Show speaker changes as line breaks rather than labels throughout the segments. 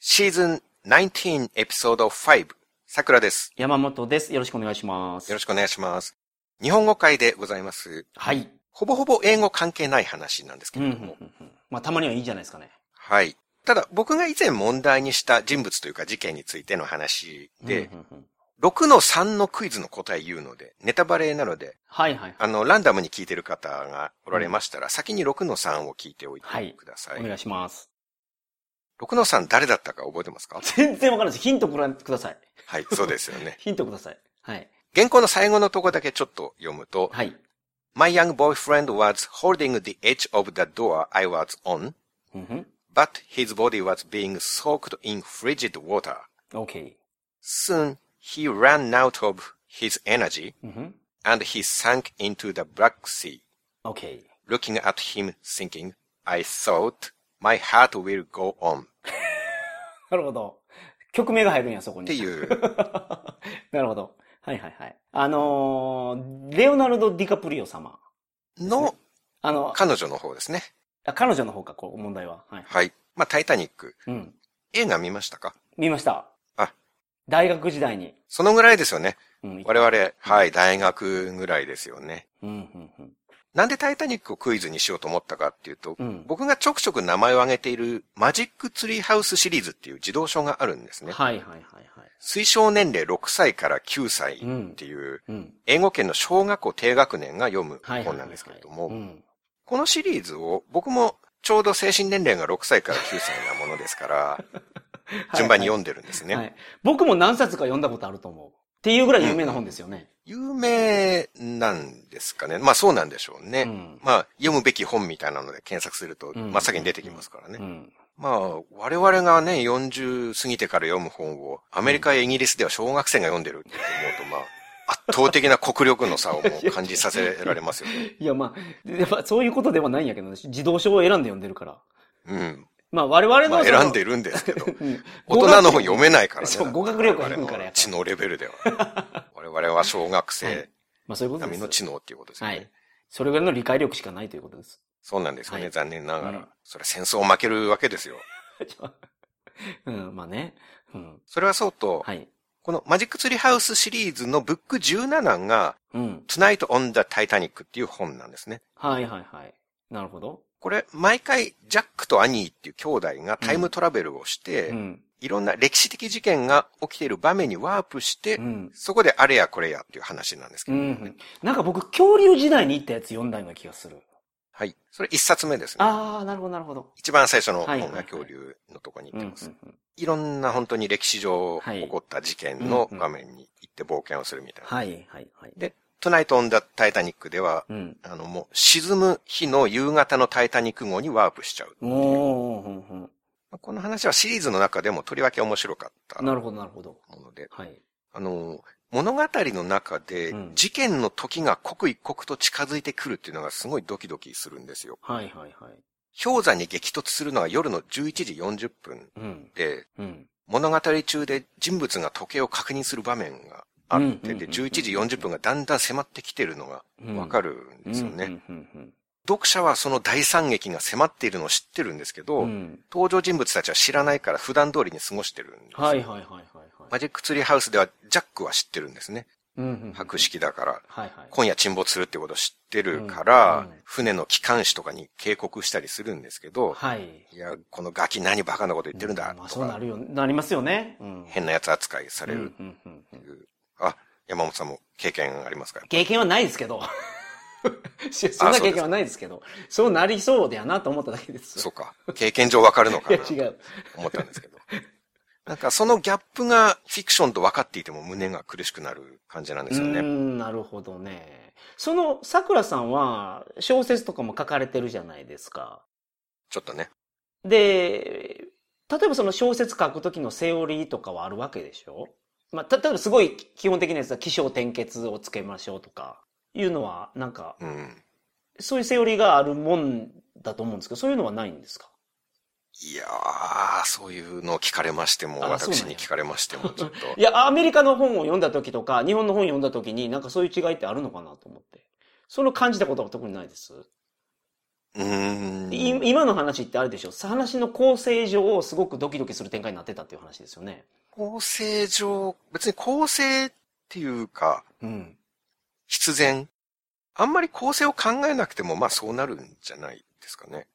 シーズン19エピソード5、さくらです。
山本です。よろしくお願いします。
よろしくお願いします。日本語会でございます。
はい。
ほぼほぼ英語関係ない話なんですけ
うんう
れ
ん
ど
う
も。
んうん。 まあ、たまにはいいじゃないですかね。
はい。ただ、僕が以前問題にした人物というか事件についての話で
う、んうんうん、
6の3のクイズの答え言うので、ネタバレなので、
はいはい。
あの、ランダムに聞いてる方がおられましたら、先に6の3を聞いておい
はい
てください。
お願いします。
6の3誰だったか覚えてますか
全然わからないです。ヒントくらください。
はい、そうですよ ね。
ヒントください。はい。
原稿の最後のとこだけちょっと読むと、
はい。
My young boyfriend was holding the edge of the door I was on,
うんうん。
but his body was being soaked in frigid water.
OK。
Soon he ran out of his energy
うんうん。
and he sank into the black sea.
OK。
Looking at him thinking, I thought my heart will go on.
なるほど。曲名が入るんや、そこ
っ
に。
ていう
なるほど。はいはいはい。あのー、レオナルド・ディカプリオ様。
の
あの、
彼女の方ですね。
あ彼女の方か、こう、問題は。はい。
はい。まあ、タイタニック。
うん。
映画見ましたか
見ました。
あ
大学時代に。
そのぐらいですよね。
うん。
我々、はい、大学ぐらいですよね。
うん、うん、うん。
なんでタイタニックをクイズにしようと思ったかっていうと、
うん
僕がちょくちょく名前を挙げているマジックツリーハウスシリーズっていう自動書があるんですね。
はいはいはいはい。
推奨年齢6歳から9歳っ
うん
ていう、
うん。
英語圏の小学校低学年が読む
はいはいはいはい。
本なんですけれど
う
も、
ん。
このシリーズを僕もちょうど精神年齢が6歳から9歳なものです から、順番に読んでるんです
んは
ね。
い。僕も何冊か読んだことあると思う。っていうぐらい有名な本ですよね。
有名なんですかね。まあそうなんでしょう
う
ね。
ん。
まあ読むべき本みたいなので検索すると、
うん
真っ先に出てきますからね。
うん。
まあ、我々がね、40過ぎてから読む本を、アメリカやイギリスでは小学生が読んでるって思うと、まあ、圧倒的な国力の差をもう感じさせられますよ ね。
いや、まあ、やっぱそういうことではないんやけどね、自動書を選んで読んでるから。
うん。
まあ、我々の
まあ、
その。
選んでるんですけ ど、
うん
大人の本読めないからね。
そう語学力が低いからやっぱ
知能レベルでは。 我々は小学生
まあ、そういうこと
並み
です。
の知能っていうことですよ
は
ね。
い。それぐらいの理解力しかないということです。
そうなんですよね、
はい
残念ながら。
うん
それは戦争を負けるわけですよ。
うん、まあね。うん。
それはそうと、
はい。
このマジックツリーハウスシリーズのブック17が、
うん。
Tonight on the Titanic っていう本なんですね。
はいはいはい。なるほど。
これ、毎回、ジャックとアニーっていう兄弟がタイムトラベルをして、
うん。
いろんな歴史的事件が起きている場面にワープして、
うん。
そこであれやこれやっていう話なんですけ
う
ど、
ん。なんか僕、恐竜時代に行ったやつ読んだような気がする。
はい。それ一冊目ですね。
ああ、なるほど、なるほど。
一番最初の
は
本
いはいは
が
い
恐竜のとこに
う
行
ん
っ
う
て
ん
ます。いろんな本当に歴史上起こった事件の場面に行って冒険をするみたいな。
はい、はい、はい。
で、Tonight on the Titanic では、
うん。
あのもう沈む日の夕方のタイタニック号にワープしちゃう。
おー、ほんほん
この話はシリーズの中でもとりわけ面白かったも
なるほど、なるほど。
ので、
はい。
あの、物語の中で
うん
事件の時が刻一刻と近づいてくるっていうのがすごいドキドキするんですよ。
はい、はい、はい。
氷山に激突するのが夜の11時40分
うん、
で、
うん。
物語中で人物が時計を確認する場面があ
うんう
っ
んうんう
て、
ん
で、11時40分がだんだん迫ってきてるのがわか
る
るんですよね。。
うん、うん、
読者はその大惨劇が迫っているのを知ってるんですけ
う
ど、
んうん。
登場人物たちは知らないから普段通りに過ごしてるんですよ。
はい、はい、はい、はいは
マ
い。
ジックツリーハウスではジャックは知ってるんですね。
うんうんうん
白。式だから。
はい、はい。
今夜沈没するってことを知ってるから、
うんうん
船の機関士とかに警告したりするんですけど、
はい。
いや、このガキ何バカなこと言ってるんだ
まあ、
と
そうな
か、
るよ、なりますよね。うん。
変なやつ扱いされ
う
る
ん、うん、うんうん。
あ、山本さんも経験ありますか
経験はないですけ ど。いやそんな経験はないですけど。そうなりそうだよなと思っただけです。
そうか。経験上わかるのか
い
な
や、違
と
う。
思ったんですけ ど。なんかそのギャップがフィクションと分かっていても胸が苦しくなる感じなんですよ
うー
ね。
ん、なるほどね。その、さくらさんは、小説とかも書かれてるじゃないですか。
ちょっとね。
で、例えばその小説書くときのセオリーとかはあるわけでしょまあ、例えばすごい基本的なやつは、起承転結をつけましょうとか、いうのは、なんか、
うん。
そういうセオリーがあるもんだと思うんですけど、そういうのはないんですか
いやー、そういうのを聞かれましても、
あそうなん
私
や
に聞かれましても、ちょ っと。
いや、アメリカの本を読んだ時とか、日本の本読んだ時に、なんかそういう違いってあるのかなと思って。その感じたことは特にないです。
うーん。
い今の話ってあれでしょ話の構成上、すごくドキドキする展開になってたっていう話ですよね。
構成上、別に構成っていうか、
うん。
必然。あんまり構成を考えなくても、まあそうなるんじゃないですかね。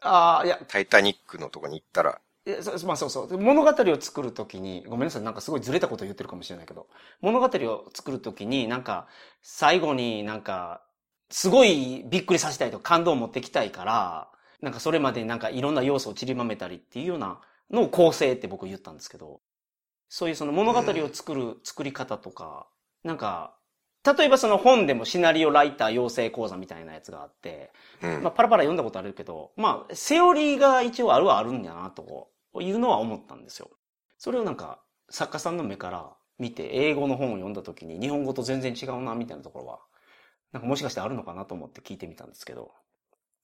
ああ、いや、
タイタニックのとこに行ったら、
いやそまあそうそう。物語を作るときに、ごめんなさい、なんかすごいずれたこと言ってるかもしれないけど、物語を作るときに、なんか、最後になんか、すごいびっくりさせたいと感動を持ってきたいから、なんかそれまでなんかいろんな要素を散りばめたりっていうようなのを構成って僕言ったんですけど、そういうその物語を作る、作り方とか、なんか、例えばその本でもシナリオライター養成講座みたいなやつがあって、
うん。
まあ、パラパラ読んだことあるけど、まあ、セオリーが一応あるはあるんだな、というのは思ったんですよ。それをなんか、作家さんの目から見て、英語の本を読んだ時に、日本語と全然違うな、みたいなところは、なんかもしかしてあるのかなと思って聞いてみたんですけど。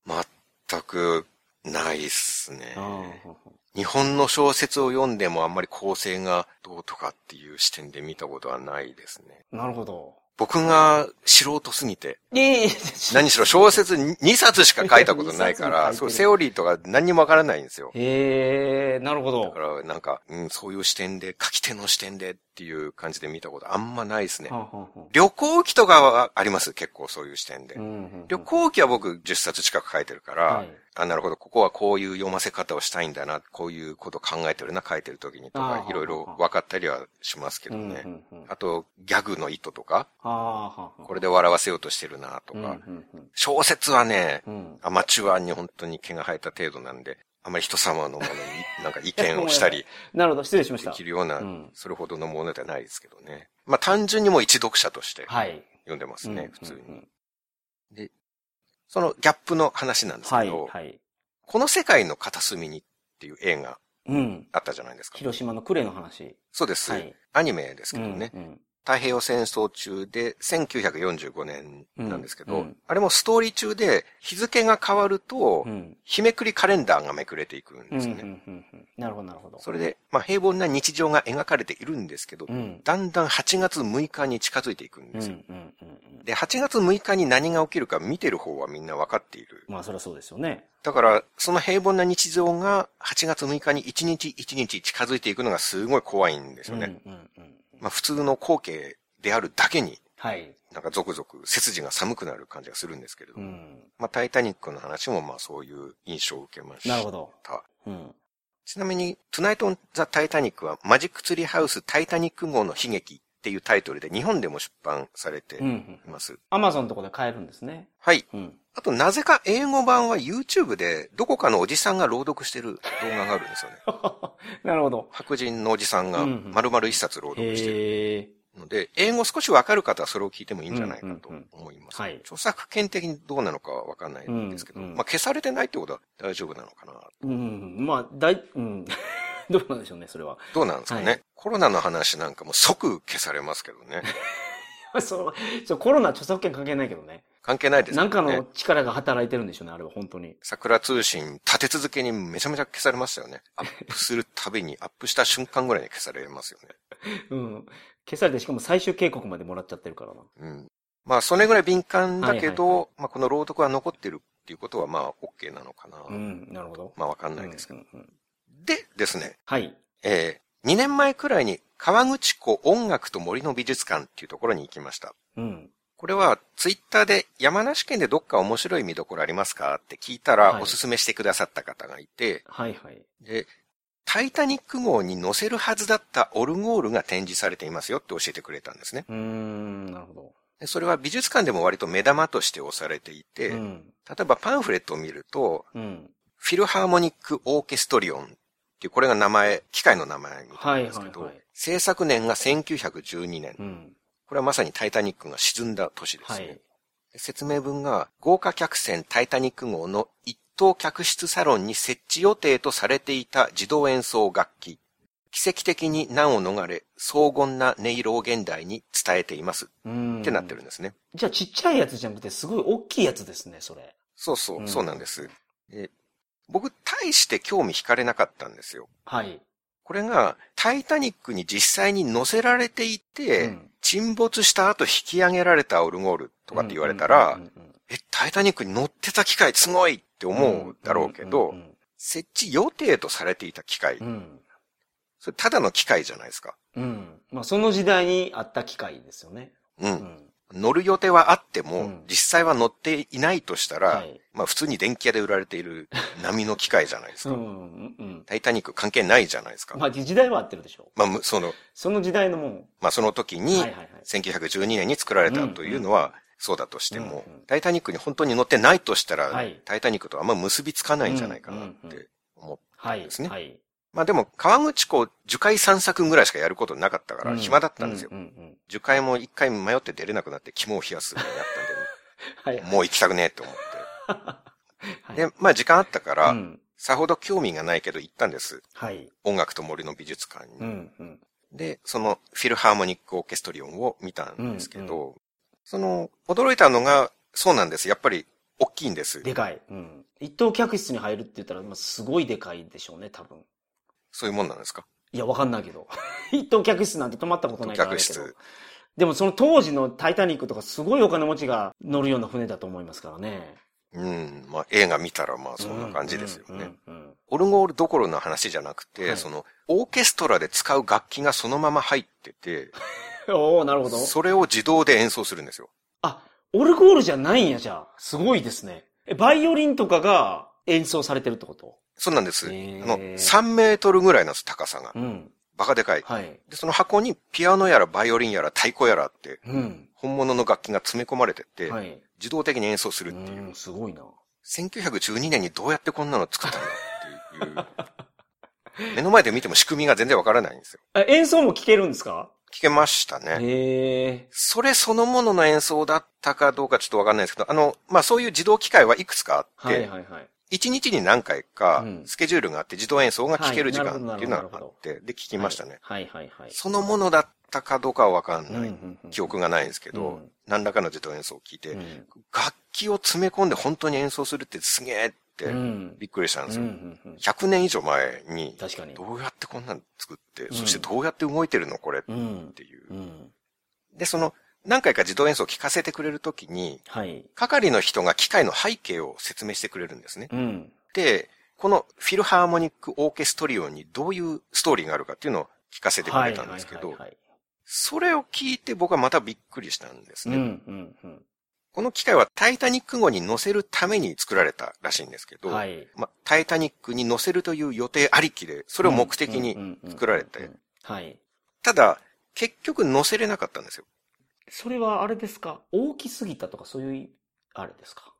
全くないっすね
う。ん
日本の小説を読んでもあんまり構成がどうとかっていう視点で見たことはないですね。
なるほど。
僕が素人すぎて、
いやいやいや
何しろ小説2冊しか書いたことないか
いや
ら、
二冊も書いてる
そう、セオリーとか何にもわからないんですよ。
へえー、なるほ
だ
ど
か。ら、なんか、うん、そういう視点で、書き手の視点でっていう感じで見たことあんまないですね
は。んはんはん
旅行記とかはあります、結構そういう視点で。
うんうんうん
旅行記は僕10冊近く書いてるから、
はい
あ、なるほど、ここはこういう読ませ方をしたいんだな、こういうこと考えてるな、書いてる時にと
あ
か
ー、
いろいろ分かったりはしますけど
うんうん
ね。
うん
あと、ギャグの意図とか、
あーはんはん
これで笑わせようとしてるな、と
うん
か。
うんうん
小説はね、
うん
アマチュアに本当に毛が生えた程度なんで、あまり人様のものに、なんか意見をした り
なるほど、失礼しまし
で
た
き。るような
う、ん
それほどのものではないですけどね。まあ単純にもう一読者として
はい。
読んでます
うん
ね、普
う
通
んうん
に。そのギャップの話なんです
は
け
い、
ど、
はい。
この世界の片隅にっていう映画
うん。
あったじゃないですか。
広島の呉の話。
そうです、
はい。
アニメですけどね、
うんうん
太平洋戦争中で1945年なんですけど、
うんうん
あれもストーリー中で日付が変わると、
うん。
日めくりカレンダーがめくれていくん
うん。う
で
ん
す
う
よね。
んうんうん。なるほど、なるほど。
それで、まあ平凡な日常が描かれているんですけど、
うん。
だんだん8月6日に近づいていくん
う
で
ん。う
す
ん。う
よ。
んうん。
で、8月6日に何が起きるか見てる方はみんなわかっている。
まあ、そりゃそうですよね。
だから、その平凡な日常が8月6日に1日1日近づいていくのがすごい怖いんです
う
よ
ん。う
ね。
ん。うん。
まあ普通の光景であるだけに、
はい。
なんか続々背筋が寒くなる感じがするんですけれど、
うん。
まあタイタニックの話もまあそういう印象を受けました。
なるほど。
た
うん。
ちなみに、トゥナイト・オン・ザ・タイタニックはマジック・ツリーハウス・タイタニック号の悲劇っていうタイトルで日本でも出版されて
う
い
んうん。
ます。
アマゾンとかで買えるんですね。
はい。
うん。
あと、なぜか英語版は YouTube でどこかのおじさんが朗読してる動画があるんですよ ね。
なるほど。
白人のおじさんが
うんうん
丸々一冊朗読してる
へえ。
ので、英語少しわかる方はそれを聞いてもいいんじゃないかと
うんうん
思います。
はい
著作権的にどうなのかはわかんないんですけど、
うんうん
まあ消されてないってことは大丈夫なのかな。
うん。まあ、大、うん。 どうなんでしょうね、それは。
どうなんですかね。
はい
コロナの話なんかも即消されますけど ね。
そう、そうコロナ著作権関係ないけどね。
関係ないです
な
よ
ん
ね。
かの力が働いてるんでしょうね、あれは本当に。
桜通信立て続けにめちゃめちゃ消されましたよね。アップするたびに、アップした瞬間ぐらいに消されますよね。
うん。消されて、しかも最終警告までもらっちゃってるからな。
うん。まあ、それぐらい敏感だけど、
はいはい
まあ、この朗読は残ってるっていうことは、まあ、OK なのかな。
うん、なるほど。
まあ、わかんないですけど。
ど。うんうん
でですね、
はい。
えー、2年前くらいに、川口湖音楽と森の美術館っていうところに行きました。
うん。
これは、ツイッターで、山梨県でどっか面白い見どころありますかって聞いたら
は、い
おすすめしてくださった方がいて、
はいはい。
で、タイタニック号に載せるはずだったオルゴールが展示されていますよって教えてくれたんですね。
うーん、なるほど。
でそれは美術館でも割と目玉として押されていて、
うん。
例えばパンフレットを見ると、
うん。
フィルハーモニック・オーケストリオンっていう、これが名前、機械の名前みた
はいい
なんです
は
け
い
ど、
はい。
制作年が1912年
う。ん。
これはまさにタイタニックが沈んだ年です
は
ね。
い。
説明文が、豪華客船タイタニック号の一等客室サロンに設置予定とされていた自動演奏楽器。奇跡的に難を逃れ、荘厳な音色を現代に伝えています。
うん。
ってなってるん。ですね。
じゃあちっちゃいやつじゃなくて、すごい大きいやつですね、それ。
そうそうう、
ん
そうなんです。で僕、大して興味惹かれなかったんですよ。
はい。
これが、タイタニックに実際に乗せられていて、
うん
沈没した後引き上げられたオルゴールとかって言われたら、
うんうんうんうん
え、タイタニックに乗ってた機械すごいって思うだろうけど
ん、ん
設置予定とされていた機械
う、ん。
それただの機械じゃないですか。
うん。うんまあ、その時代にあった機械ですよね。
う。
うんん。
乗る予定はあって
う
も
ん、
実際は乗っていないとした
は
ら、
い。
まあ普通に電気屋で売られている波の機械じゃないです
う
か。
ん。うんうん。
タイタニック関係ないじゃないですか。
まあ、時代は合ってるでしょう。
まあ、むその、
その時代のもん。
まあその時
はい
に
は、いはい。
1912年に作られたというのは、そうだとしても
うんうん、
タイタニックに本当に乗ってないとしたら
はい、
タイタニックとはあんま結びつかないんじゃないかなって思う。
はい。
ですね
はい。
まあでも、川口湖樹海散策ぐらいしかやることなかったから、
うん
暇だったんですよ。
うんうん
樹海も一回迷って出れなくなって肝を冷やすようになっ
はい
たんで、もう行きたくねえと思っ
はい。
て。で、まあ時間あったか
う
ら、
ん
さほど興味がないけど行ったんです。
はい。
音楽と森の美術館
う
に。
んうん。
で、そのフィルハーモニックオーケストリオンを見たんですけ
う
ど、その、驚いたのが、そうなんです。やっぱり、大きいんです。
でかい。うん。一等客室に入るって言ったら、まあ、すごいでかいでしょうね、多分。
そういうもんなんですか
いや、わかんないけど。 一等客室なんて泊まったことないからあれだけ
一
ど
等客。
でもその当時のタイタニックとかすごいお金持ちが乗るような船だと思いますからね。
うん。まあ映画見たら、まあそんな感じですよね。
うん。うん
オルゴールどころの話じゃなくて、
はい
その、オーケストラで使う楽器がそのまま入ってて、
うん おおなるほど。
それを自動で演奏するんですよ。
あ、オルゴールじゃないんや、じゃあ。すごいですね。え、バイオリンとかが演奏されてるってこと
そうなんです。あ
へー
の、3メートルぐらいなんです、高さが
う。ん。
バカでかい。
はい。
で、その箱にピアノやらバイオリンやら太鼓やらって、
うん。
本物の楽器が詰め込まれてて、
はい。
自動的に演奏するっていう。
うん、すごいな。
1912年にどうやってこんなの作ったんだって いう。目の前で見ても仕組みが全然わからないんですよ。
え、演奏も聴けるんですか
聞けましたね。
へえ。
それそのものの演奏だったかどうかちょっとわかんないですけど、あの、まあ、そういう自動機械はいくつかあっ
はい
て、
はいはい。
一1日に何回か
うん
スケジュールがあって自動演奏が聴ける時間
はいな
っ
るほど
ていうのが
な
あ
るほ
って、で、聞きましたね。
はいはいはい。
そのものだったかどうかはわかん
う
ない。
んうん
記憶がないんですけ
う
ど
ん、
何らかの自動演奏を聞いて
う、ん
楽器を詰め込んで本当に演奏するってすげえっ
う
て
ん
びっくりしたんです
う
よ。
んうんうん
100年以上前に、
確かに。
どうやってこんなの作って、
ん
そしてどうやって動いてるのこれっ
うん。
ていう
う。ん。
で、その、何回か自動演奏を聞かせてくれるときに、
はい。
係の人が機械の背景を説明してくれるんですね。
うん。
で、このフィルハーモニックオーケストリオンにどういうストーリーがあるかっていうのを聞かせてくれたんですけ
は
ど
い、はい
それを聞いて僕はまたびっくりしたんです
はいはい。う
ね。
んうん
この機械はタイタニック号に乗せるために作られたらしいんですけ
う
ど、
ん。はい。
まあ、タイタニックに乗せるという予定ありきで、そ
そ
れを目的に。作られて
うんうんうんはい。
ただ、結局乗せれなかったんですよ。
それはあれですか大きすぎたとかそういう、あれですか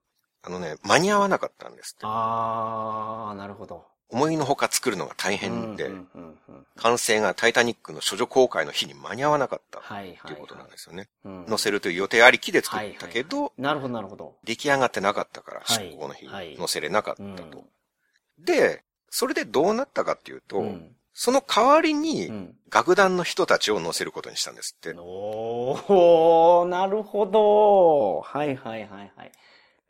あのね、間に合わなかったんですって。
あー、なるほど。
思いのほか作るのが大変で、
うんうんうんうん
完成がタイタニックの処女公開の日に間に合わなかったっ
はいは
て
い
いうことなんですよね。
はい。
乗せ
る
るという予定ありきで作ったけど、
なるほどなるほど。
出来上がってなかったから、
はい
執行の日
はい
に乗せれなかった
うん
と。で、それでどうなったかっていうと、
うん
その代わり
う
に
ん。
楽団の人たちを乗せることにしたんですって。
おー、なるほど。はいはいはいはい。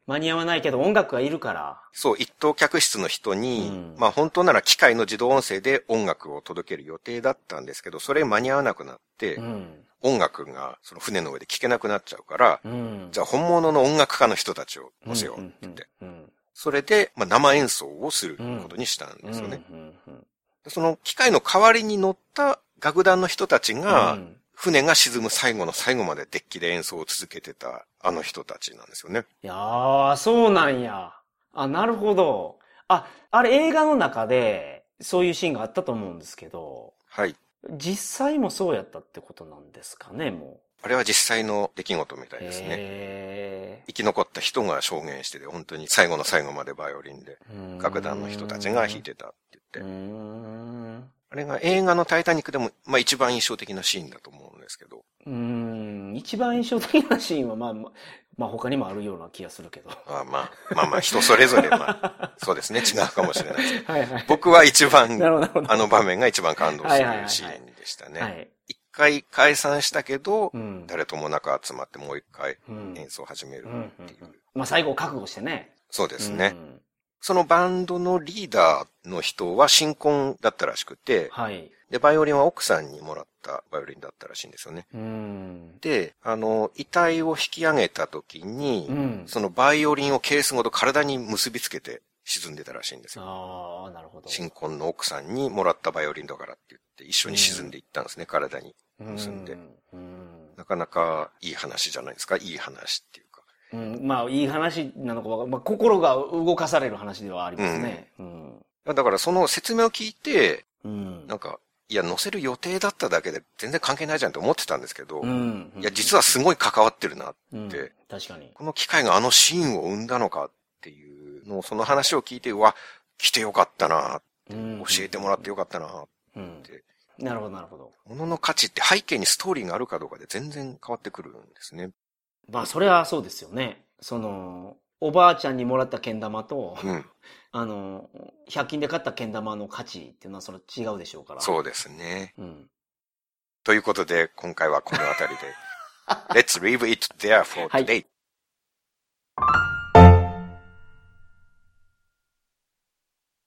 間に合わないけど音楽がいるから。
そう、一等客室の人に、
うん
まあ本当なら機械の自動音声で音楽を届ける予定だったんですけど、それ間に合わなくなって、
うん。
音楽がその船の上で聴けなくなっちゃうから、
うん。
じ
ゃ
ゃあ本物の音楽家の人たちを
あ
乗せようって言って、
うん。
それで、まあ、生演奏をすることにしたん
うん。
ですよね。
うんうん
でその機械の代わりに乗った楽団の人たち
う
が、
ん
船が沈む最後の最後までデッキで演奏を続けてたあの人たちなんですよね。
いやー、そうなんや。あ、なるほど。あ、あれ映画の中でそういうシーンがあったと思うんですけど、
はい。
実際もそうやったってことなんですかね、も
あれは実際の出来事みた
う。
いですね。
へ
生き残った人が証言してて、本当に最後の最後までバイオリンで、
ー。
楽団の人たちが弾いてたって言
うー
って。
ん。う
あれが映画のタイタニックでも、まあ一番印象的なシーンだと思うんですけど。
ーん。一番印象的なシーンは、まあ、まあまあ、他にもあるような気がする けど。
まあまあ、 まあまあ人それぞれ、まあ、そうですね、違うかもしれないですけど
はいはい。
僕は一番
な、るほど、なるほど。
あの場面が一番感動する
はいはいはいはい
シーンでした
は
ね。
い。
一回解散したけど
う、ん。
誰ともなく集まってもう一回
うん
演奏を始める
うん
っていう。
まあ、最後覚悟してね。
そうですね。
うん
そのバンドのリーダーの人は新婚だったらしくて、
はい。
で、バイオリンは奥さんにもらったバイオリンだったらしいんですよね。
うん。
で、あの、遺体を引き上げた時に、
うん。
そのバイオリンをケースごと体に結びつけて沈んでたらしいんですよ。
ああ、なるほど。
新婚の奥さんにもらったバイオリンだからって言って、一緒に沈んでいったんですね、体に。結んで
うん。
なかなかいい話じゃないですか、いい話っていうか。
うん。うんまあ、いい話なのかわかんまあ、心が動かされる話ではありますね。うん。
だからその説明を聞いて、
うん
なんか、いや、乗せる予定だっただけで全然関係ないじゃんって思ってたんですけど、
うん。
いや、実はすごい関わってるな。
うん
て
確かに。
この機械があのシーンを生んだのかっていうのを、その話を聞いて、うわ、来てよかったな、
教
教えてもらってよかったな。
うん
て。
なるほど、なるほど。
物の価値って背景にストーリーがあるかどうかで全然変わってくるんですね。
まあ、それはそうですよね。その、おばあちゃんにもらったけん玉と、
うん。
あの、100均で買ったけん玉の価値っていうのはそれ違うでしょうから。
そうですね。
う。うん。
ということで、今回はこのあたりで。Let's leave it there for
はい
today.